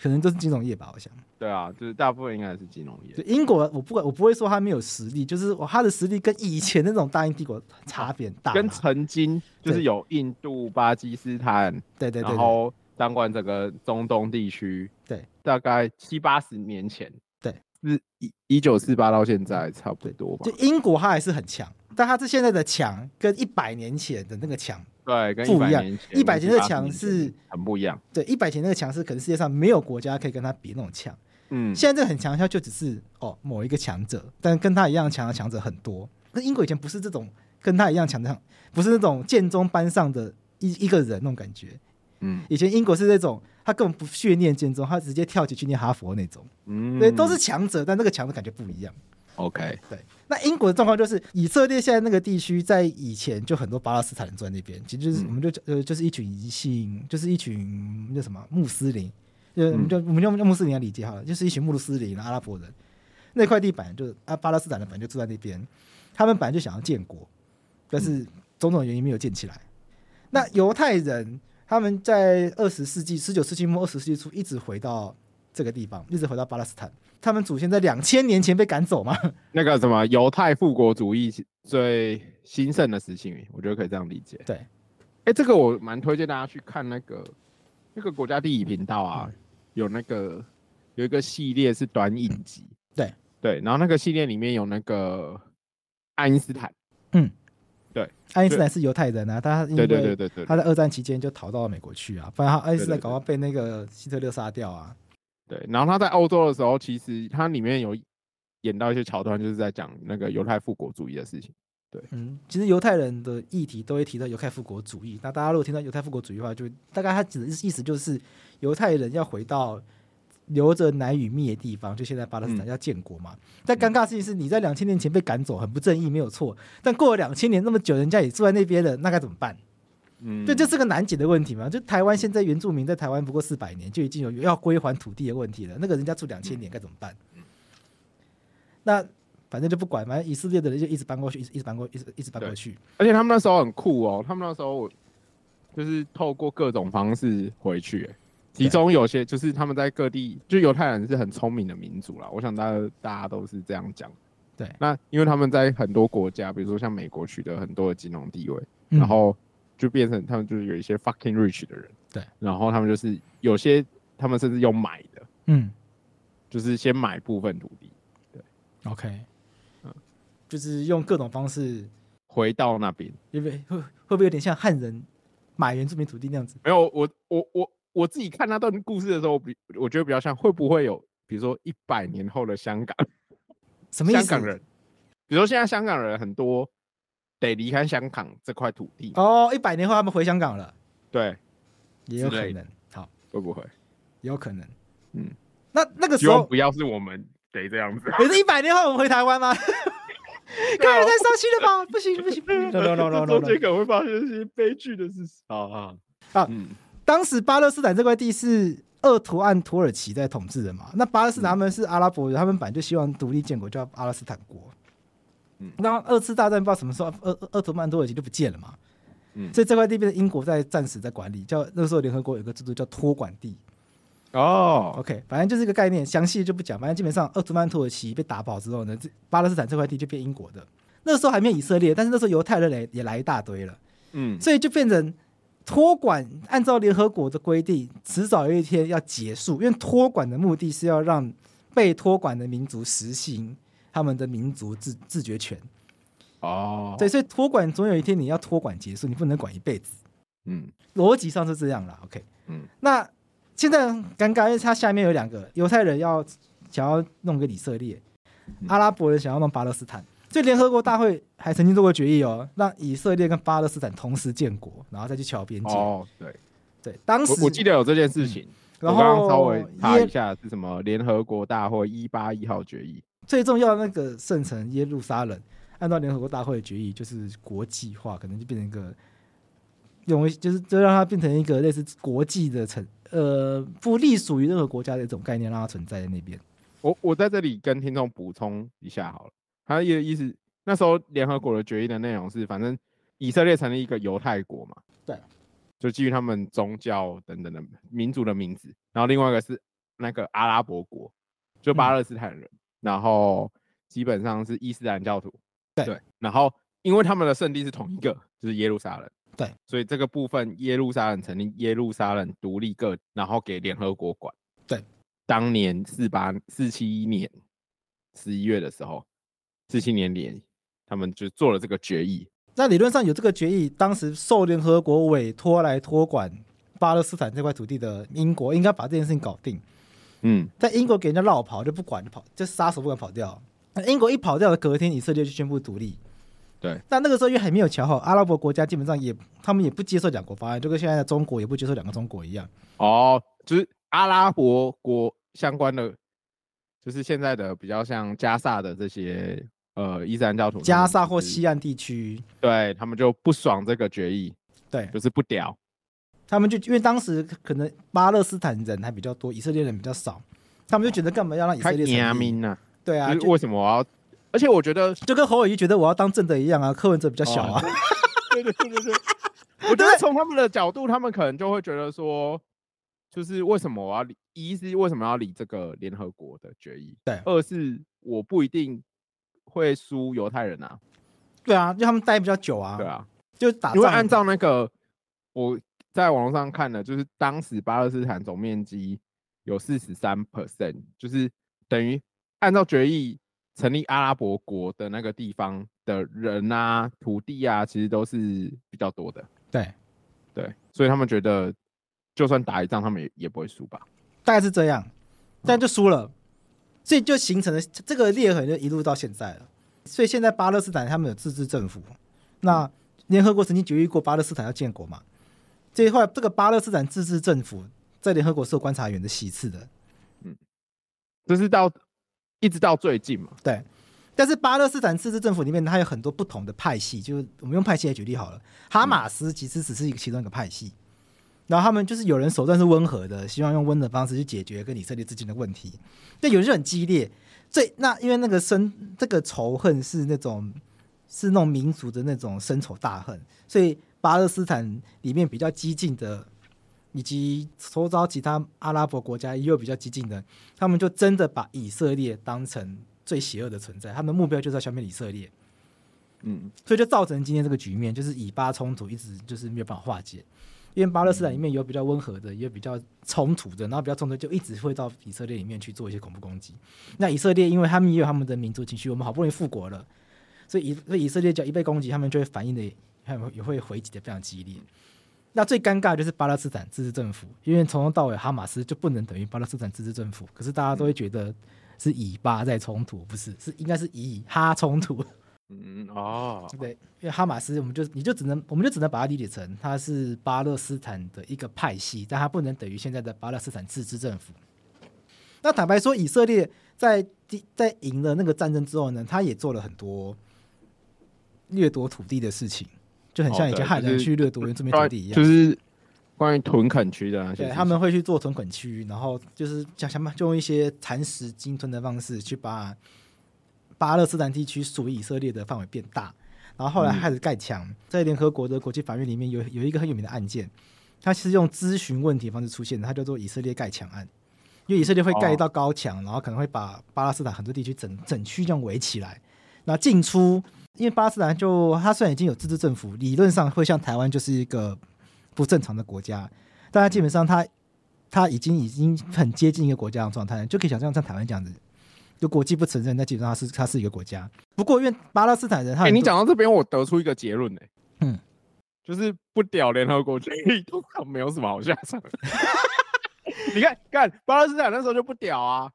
可能都是金融业吧，我想。
对啊，就是大部分应该是金融业
就。英国，我不管，我不会说他没有实力，就是我他的实力跟以前那种大英帝国差别很大啦。
跟曾经就
啊
是
对
有印度、巴基斯坦，
对对对
然
对
后掌管整个中东地区，
对，
大概七八十年前，
对，
四一一九四八到现在差不多吧
就？英国它还是很强，但它是现在的强跟一百年前的那个强，
对，跟
不
一
一
百
样
年前、
100年的
80
墙
年前
是
很不一样。
对，一百前那个强是可能世界上没有国家可以跟它比那种强。
嗯，
现在这个很强，它就只是哦某一个强者，但跟他一样强的强者很多。那英国以前不是这种跟他一样强的，不是那种剑中班上的一一个人那种感觉。
嗯
以前英国是那种他根本不训练剑中，他直接跳级去念哈佛那种。
嗯，
对，都是强者，但那个强的感觉不一样。
OK。
对，那英国的状况就是，以色列现在那个地区，在以前就很多巴勒斯坦人住在那边，其实就是、
嗯
我们就呃就是一群一性，就是一群那什么穆斯林，就我们
嗯
就我们用穆斯林来理解好了，就是一群穆斯林阿啊拉伯人，那块地板就啊巴勒斯坦人本来就住在那边，他们本来就想要建国，但
嗯
是种种原因没有建起来。那犹太人他们在二十世纪、十九世纪末、二十世纪初一直回到这个地方，一直回到巴勒斯坦。他们祖先在两千年前被赶走嘛，
那个什么犹太复国主义最兴盛的时期，我觉得可以这样理解。
对，
哎、这个我蛮推荐大家去看那个那个国家地理频道啊，
嗯
有那个有一个系列是短影集，
嗯对
对，然后那个系列里面有那个爱因斯坦，
爱因斯坦是犹太人啊，但他因
对对对
为
对对
他在二战期间就逃到美国去啊，不然他爱因斯坦
对对对
搞不好被那个希特勒杀掉啊。
对，然后他在欧洲的时候，其实他里面有演到一些桥段，就是在讲那个犹太复国主义的事情。
嗯，其实犹太人的议题都会提到犹太复国主义。那大家如果听到犹太复国主义的话，就大概他指的意思就是犹太人要回到留着难与灭的地方，就现在巴勒斯坦
嗯
要建国嘛。但尴尬的事情是，你在两千年前被赶走，很不正义，没有错。但过了两千年那么久，人家也住在那边了，那该怎么办？
嗯，
对，这是个难解的问题嘛。就台湾现在原住民在台湾不过四百年，就已经有要归还土地的问题了。那个人家住两千年该怎么办？那反正就不管，反正以色列的人就一直搬过去，一直一直搬过，一直一直搬过去。
而且他们那时候很酷哦，他们那时候我就是透过各种方式回去、欸其中有些就是他们在各地，就犹太人是很聪明的民族啦，我想大家大家都是这样讲。
对
那因为他们在很多国家，比如说像美国取得很多的金融地位，
嗯
然后就变成他们就是有一些 fucking rich 的人，
对，
然后他们就是有些他们甚至用买的，
嗯
就是先买部分土地
，OK，就是用各种方式，
回到那边。
因为会会不会有点像汉人买原住民土地那样子？
没有，我我我我自己看那段故事的时候，我比我觉得比较像会不会有，比如说一百年后的香港，
什么意思？
香港人，比如说现在香港人很多得离开香港这块土地，
哦，一百年后他们回香港了，
对，
也有
之
可
类的
能。好，
会不会？
也有可能。
嗯，
那那个
希
时
望
候
不要是我们得 这样子。
可是一百年后我们回台湾吗？ 该人太伤心了吧？不行不行不行 ！No no no no
做
no！
这个会发生一些悲剧的事情啊
啊
嗯
当时巴勒斯坦这块地是鄂图曼土耳其在统治的嘛？那巴勒斯坦他们是阿拉伯人，他们本来就希望独立建国，叫阿拉斯坦国
嗯。
那二次大战不知道什么时候，鄂鄂鄂图曼土耳其就不见了嘛，
嗯
所以这块地变成英国在暂时在管理，叫那时候联合国有个制度叫托管地，啊
哦，
OK，反正就是一个概念，详细就不讲。反正基本上，鄂图曼土耳其被打跑之后呢，这巴勒斯坦这块地就变英国的。那时候还没有以色列，但是那时候犹太人也也来一大堆了，
嗯，
所以就变成托管。按照联合国的规定，迟早有一天要结束，因为托管的目的是要让被托管的民族实行他们的民族自自决权。
哦，
对，所以托管总有一天你要托管结束，你不能管一辈子。
嗯
逻辑上是这样啦。OK，
嗯，
那现在很尴尬，因为它下面有两个犹太人要想要弄个以色列，
嗯
阿拉伯人想要弄巴勒斯坦，所以联合国大会还曾经做过决议哦，让以色列跟巴勒斯坦同时建国，然后再去桥边界。
哦，对，
对，嗯当时嗯
我我记得有这件事情。
然
我刚刚稍
后
微查一
耶
下是什么联合国大会一八一号决议。
最重要的那个圣城耶路撒冷，按照联合国大会的决议，就是国际化，可能就变成一个。用就是就让它变成一个类似国际的城，呃，不隶属于任何国家的一种概念，让它存在在那边。
我我在这里跟听众补充一下好了，他的意思那时候联合国的决议的内容是，反正以色列成立一个犹太国嘛，
对，
就基于他们宗教等等的民族的名字，然后另外一个是那个阿拉伯国，就
嗯
巴勒斯坦人，然后基本上是伊斯兰教徒，
对
然后因为他们的圣地是同一个，就是耶路撒冷。
对，
所以这个部分耶路撒冷成立耶路撒冷独立个，然后给联合国管。
对，
当年四八四七一年十一月的时候，四七年联他们就做了这个决议，
那理论上有这个决议，当时受联合国委托来托管巴勒斯坦这块土地的英国，应该把这件事情搞定。
嗯，
在英国给人家绕跑就不管，就跑就杀手不敢跑掉。那英国一跑掉，隔天以色列就宣布独立。
对，
那那个时候因为还没有瞧好，阿拉伯国家基本上也他们也不接受两国方案，就跟现在的中国也不接受两个中国一样。
哦，就是阿拉伯国相关的，就是现在的比较像加萨的这些呃伊斯兰教徒，
加萨或
西。
西岸地区，
对他们就不爽这个决议，
对
就是不屌。
他们就因为当时可能巴勒斯坦人还比较多，以色列人比较少，他们就觉得干嘛要让以色
看
列
亚
成立？
明呐，
对啊，
就是
就
为什么我要？而且我觉得
就跟侯友谊觉得我要当正的一样啊，柯文哲比较小啊。
哦对对对 对对，我觉得从他们的角度，他们可能就会觉得说，就是为什么我要理，一是为什么要理这个联合国的决议，
对
二是我不一定会输犹太人啊，
对啊，就他们待比较久啊，
对啊，
就打仗。
因为按照那个我在网络上看的，就是当时巴勒斯坦总面积有四十三 percent，就是等于按照决议成立阿拉伯国的那个地方的人啊、土地啊，其实都是比较多的。
对，
对，所以他们觉得就算打一仗，他们也也不会输吧？
大概是这样，但就输了，所以就形成了这个裂痕，就一路到现在了。所以现在巴勒斯坦他们有自治政府，那联合国曾经决议过巴勒斯坦要建国嘛，所以后来这个巴勒斯坦自治政府在联合国是有观察员的席次的，
这是到一直到最近嘛？
对。但是巴勒斯坦自治政府里面，它有很多不同的派系，就是我们用派系来举例好了。哈马斯其实只是一个其中一个派系，然后他们就是有人手段是温和的，希望用温和的方式去解决跟以色列之间的问题，但有人就很激烈。最那因为那个深这个仇恨是那种是那种民族的那种深仇大恨，所以巴勒斯坦里面比较激进的，以及周遭其他阿拉伯国家也有比较激进的，他们就真的把以色列当成最邪恶的存在，他们的目标就是要消灭以色列，
嗯，
所以就造成今天这个局面，就是以巴冲突一直就是没有办法化解。因为巴勒斯坦里面有比较温和的，也有比较冲突的，然后比较冲突就一直会到以色列里面去做一些恐怖攻击。那以色列因为他们也有他们的民族情绪，我们好不容易复国了，所以以所以以色列只要一被攻击，他们就会反应的也他们也会回击的非常激烈。那最尴尬的就是巴勒斯坦自治政府，因为从头到尾哈马斯就不能等于巴勒斯坦自治政府，可是大家都会觉得是以巴在冲突，不是是应该是以哈冲突。
嗯哦，
对，因为哈马斯，我们就你就只能，我们就只能把它理解成它是巴勒斯坦的一个派系，但它不能等于现在的巴勒斯坦自治政府。那坦白说，以色列在第在赢了那个战争之后呢，他也做了很多掠夺土地的事情，就很像以前汉人去掠夺原住民土地一样。
就是关于屯垦区的那些事
对，
情，
他们会去做屯垦区，然后就是想想办就用一些蚕食鲸吞的方式去把巴勒斯坦地区属于以色列的范围变大。然后后来
嗯
开始盖墙，在联合国的国际法院里面有有一个很有名的案件，它是用咨询问题的方式出现的，它叫做以色列盖墙案。因为以色列会盖一道高墙，然后可能会把巴勒斯坦很多地区整整区这样围起来，那进出，因为巴勒斯坦就它虽然已经有自治政府，理论上会像台湾就是一个不正常的国家，但它基本上它它已经已经很接近一个国家的状态，就可以想象像台湾这样子，就国际不承认，但基本上它是它是一个国家。不过因为巴勒斯坦人他
哎、
很多、
你讲到这边，我得出一个结论呢、
嗯
嗯，就是不屌联合国决议通常没有什么好下场。 你看，看巴勒斯坦那时候就不屌啊，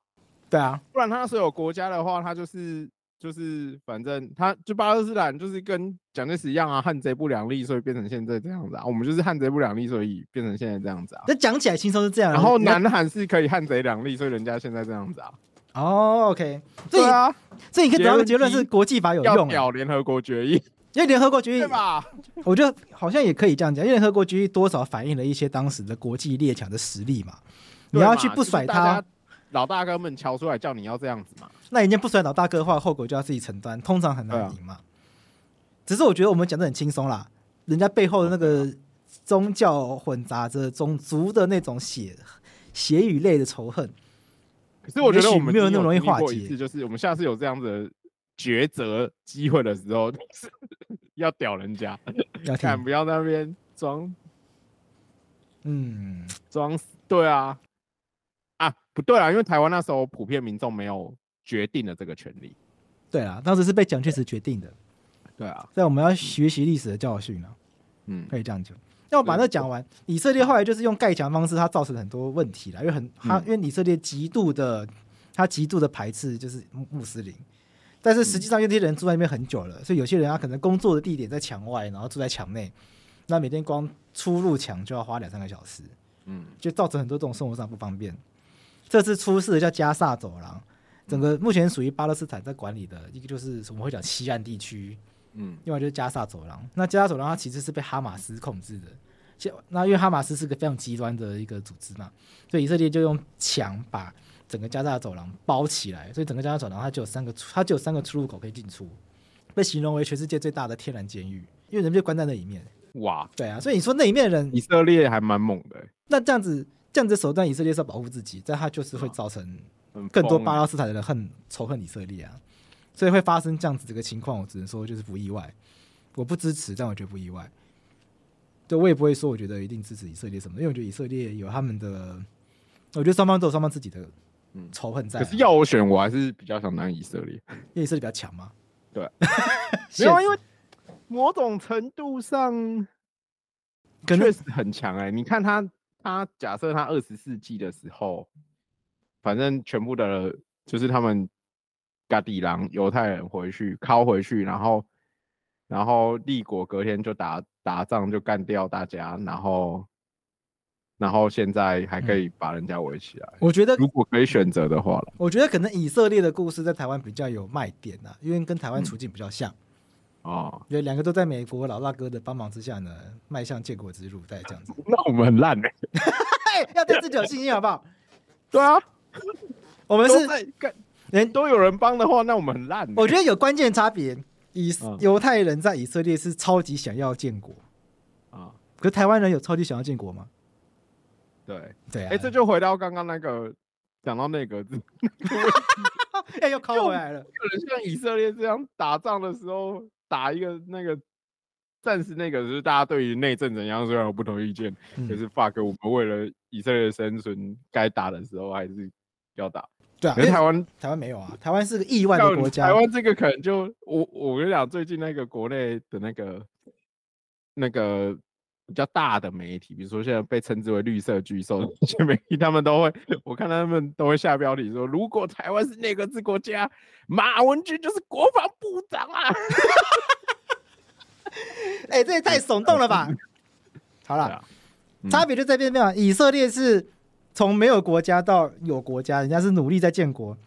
对啊，
不然他所有国家的话，他就是就是反正他就巴勒斯坦就是跟蒋介石一样啊，汉贼不两立，所以变成现在这样子啊。我们就是汉贼不两立，所以变成现在这样子啊。
那讲起来轻松是这样，
然后
你要
南韩是可以汉贼两立，所以人家现在这样子啊。
哦，OK，所
对
以、
啊，
所以你可以得到的结论
结
是
论一
国际法有
要
用啊，
屌联合国决议，
因为联合国决议
对吧？
我觉得好像也可以这样讲，因为联合国决议多少反映了一些当时的国际列强的实力嘛。你
对
要
嘛
去不
就是
甩
大
他
家，老大哥们瞧出来叫你要这样子嘛。
那人家不甩老大哥的话，后果就要自己承担，通常很
对
难
啊
赢嘛。只是我觉得我们讲的很轻松啦，人家背后的那个宗教混杂着种族的那种血血与泪的仇恨，
可是我觉
也
得我
许
们
没有
已经
那么容易
经历
化
过一
解
次就是我们下次有这样子的抉择机会的时候， 就是要屌人家，
要听
看不要在那边装
嗯，
装死。对啊，啊不对啊，因为台湾那时候普遍民众没有决定了这个权利。
对啦，当时是被蒋介石决定的，
对啊，
所以我们要学习历史的教训啊，
嗯，
可以这样讲。那我把这讲完，以色列后来就是用盖墙方式，它造成很多问题啦，因为很它
嗯
因为以色列极度的，它极度的排斥就是穆穆斯林，但
嗯
是实际上因为这些人住在那边很久了，所以有些人他可能工作的地点在墙外，然后住在墙内，那每天光出入墙就要花两三个小时，
嗯，
就造成很多这种生活上不方便。这次出事的叫加萨走廊，整个目前属于巴勒斯坦在管理的一个就是我们会讲西岸地区，
嗯，
另外就是加萨走廊。那加萨走廊它其实是被哈马斯控制的，其那因为哈马斯是个非常极端的一个组织嘛，所以以色列就用墙把整个加萨走廊包起来，所以整个加萨走廊它就有三个出，它就有三个出入口可以进出，被形容为全世界最大的天然监狱，因为人们就关在那里面。
哇，
对啊，所以你说那里面的人
以色列还蛮猛的欸、
那这样子这样子的手段，以色列是要保护自己，但它就是会造成
很
更多
欸疯
巴勒斯坦的人恨仇恨以色列啊，所以会发生这样子这个情况，我只能说就是不意外，我不支持，但我觉得不意外。对，我也不会说我觉得一定支持以色列什么的，因为我觉得以色列有他们的，我觉得双方都有双方自己的
嗯
仇恨在啊、
可是要我选，我还是比较想当以色列。
因为以色列比较强嘛。
对，
现
没有啊，因
实
为某种程度上
可能
确实很强哎、你看他，他假设他二十世纪的时候，反正全部的，就是他们嘎底狼犹太人回去拷回去，然后然后立国隔天就打打仗就干掉大家，然后然后现在还可以把人家围起来。
我觉得
如果可以选择的话了，
我觉得可能以色列的故事在台湾比较有卖点啊，因为跟台湾处境比较像。
哦，
有两个都在美国老大哥的帮忙之下呢，迈向建国之路，再这样子。
那我们很烂哎、
嘿，要对自己有信心好不好？
对啊，
我们
都
是，
在干
人
都有人帮的话，那我们很烂欸、
我觉得有关键差别，以
嗯
犹太人在以色列是超级想要建国，
得啊，
可是台湾人有超级想要建国吗？
对，
对啊，
哎、这就回到刚刚那个讲到那个，有
哎又靠回来了。
人 像以色列这样打仗的时候打一个那个战时那个，就是大家对于内政怎样虽然有不同意见，可
嗯，
是 fuck，我们为了以色列的生存，该打的时候还是要打。
对啊，
可是
因为
台湾
台湾没有啊，台湾是个亿万
要
的国家
台。湾这个可能就我我跟你讲，最近那个国内的那个那个比较大的媒体，比如说现在被称之为绿色巨兽的一些媒体，他们都会，我看他们都会下标题说，如果台湾是那个制国家，马文君就是国防部长啊。
哎，这也太耸动了吧！好
嗯对
了
啊，嗯
差别就在这边嘛。啊以色列是从没有国家到有国家，人家是努力在建国。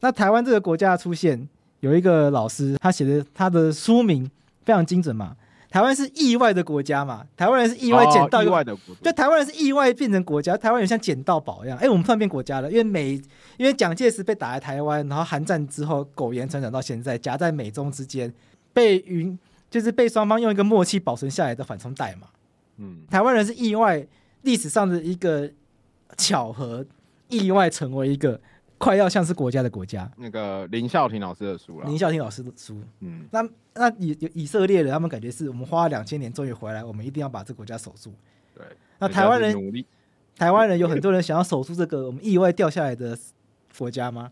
那台湾这个国家的出现，有一个老师他写的他的书名非常精准嘛。台湾是意外的国家嘛，台湾人是意外捡到
哦
一
意
个
外的国
就
度，
台湾人是意外变成国家，台湾人像捡到宝一样。哎、我们突然变国家了，因为美，因为蒋介石被打来台湾，然后韩战之后苟延残喘到现在，夹在美中之间，被云就是被双方用一个默契保存下来的缓冲带嘛。
嗯，
台湾人是意外历史上的一个巧合，意外成为一个快要像是国家的国家。
那个林孝廷老师的书啦
林，孝廷老师的书，
嗯，
那那以以以色列人，他们感觉是我们花了两千年终于回来，我们一定要把这个国家守住。
对，
那
人
台
家
湾
是
人
努力，
台湾人有很多人想要守住这个我们意外掉下来的国家吗？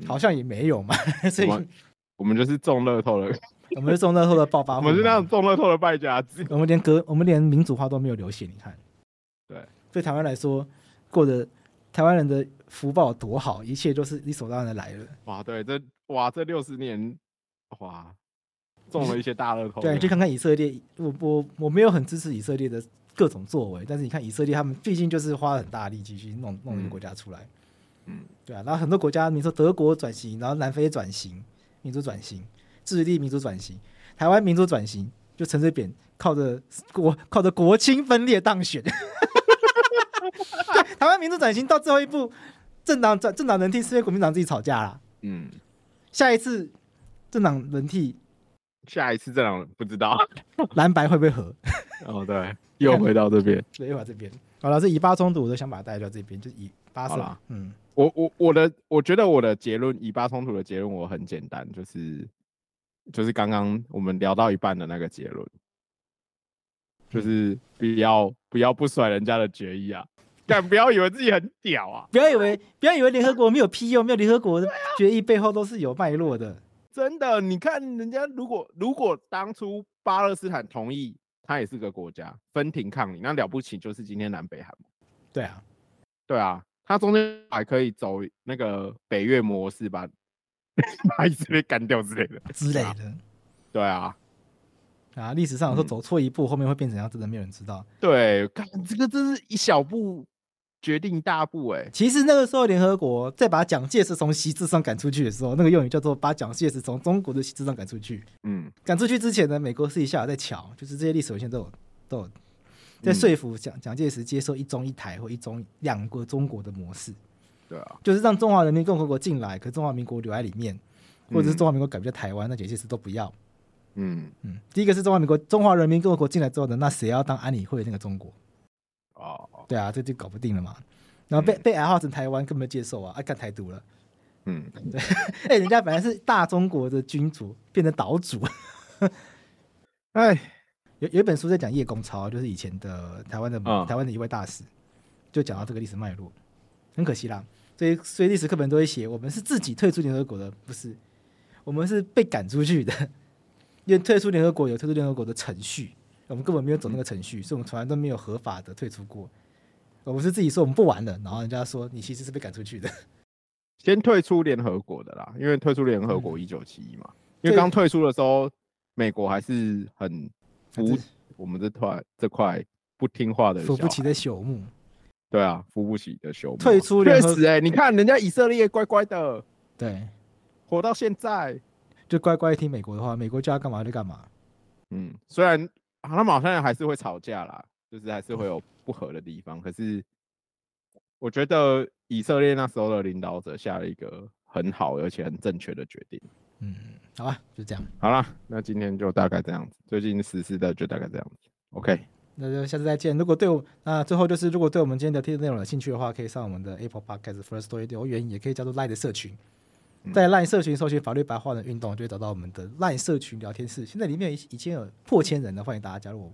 嗯
好像也没有嘛， 所以
我们我们就是中乐透的，
我们是中乐透的暴发
我
户嘛，
们是那种中乐透的败家子，
我们连革，我们连民主化都没有流行，你看，
对，
对台湾来说，过得台湾人的福报有多好，一切都是理所当然的来了。
哇，对，这哇这六十年，哇，中了一些大乐透。
对，你去看看以色列，我我我没有很支持以色列的各种作为，但是你看以色列，他们毕竟就是花了很大的力气去弄弄一个国家出来，
嗯，
对啊，然后很多国家，你说德国转型，然后南非转型，民主转型，智利民主转型，台湾民主转型，就陈水扁靠着国靠着国亲分裂当选， 对，台湾民主转型到最后一步，政党转政党轮替是因为国民党自己吵架啦，
嗯，
下一次政党轮替
下一次这两不知道。
蓝白会不会合？
哦，对，又回到这边。
对，又把这边好了，这以巴冲突我都想把它带到这边，就是以巴
好
是
啦
嗯，
我我我的，我觉得我的结论，以巴冲突的结论，我很简单，就是就是刚刚我们聊到一半的那个结论，就是不要不要不甩人家的决议啊。干不要以为自己很屌啊，
不要以为不要以为联合国没有屁用，没有联合国的决议背后都是有脉络的。
真的，你看人家如果如果当初巴勒斯坦同意，它也是个国家分庭抗礼，那了不起就是今天南北韩嘛。
对啊，
对啊，它中间还可以走那个北越模式把把以色列干掉之类的。
之类的
对啊，
啊，历史上有时候
嗯
走错一步，后面会变成样，真的没有人知道。
对，看这个真是一小步决定大步哎、
其实那个时候，联合国在把蒋介石从席次上赶出去的时候，那个用语叫做把蒋介石从中国的席次上赶出去。
嗯，
赶出去之前呢，美国私底下有在瞧，就是这些历史文献都有都有在
嗯
说服蒋蒋介石接受一中一台或一中两个中国的模式，
对啊，
就是让中华人民共和国进来，可是中华民国留在里面，或者是
嗯
中华民国改变台湾，那蒋介石都不要。
嗯，
嗯，第一个是中华民国中华人民共和国进来之后呢，那谁要当安理会那个中国？
哦，
对啊，这就搞不定了嘛。然后被、被矮化成台湾，根本就接受啊，啊干台独了。
嗯，
哎、人家本来是大中国的君主，变成岛主。
哎，
有有一本书在讲叶公超，就是以前的台湾的、
嗯
台湾的一位大使，就讲到这个历史脉络。很可惜啦，所以所以历史课本都会写，我们是自己退出联合国的，不是我们是被赶出去的。因为退出联合国有退出联合国的程序，我们根本没有走那个程序，所以我们从来都没有合法的退出过。我们是自己说我们不玩了，然后人家说你其实是被赶出去的。
先退出联合国的啦，因为退出联合
嗯
国一九七一嘛，因
对
为刚退出的时候，美国还是很
还
服
是
我们这块这块不听话的
扶不
小
起
孩，
的朽木，
对啊，扶不起的朽木啊。
退出联
确
合
实哎、你看人家以色列乖乖的
对，
活到现在，
就乖乖听美国的话，美国叫他干嘛就干嘛。
嗯，虽然啊，他们好像还是会吵架啦，就是还是会有不合的地方，可是我觉得以色列那时候的领导者下了一个很好而且很正确的决定。
嗯，好吧，就这样，
好啦，那今天就大概这样子，最近实施的就大概这样子。OK，
那就下次再见。如果对我，那最后就是，如果对我们今天聊天的内容有兴趣的话，可以上我们的 Apple Podcast First Story 留言，也可以加入 Line 的社群，在 Line 社群搜寻“法律白话的运动”，就会找到我们的 Line 社群聊天室。现在里面已已经有破千人了，欢迎大家加入我。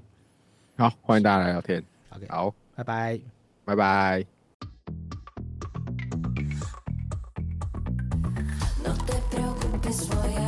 好，欢迎大家来聊天。
OK，
好，
拜拜。
拜拜。
No te preocupes, voy a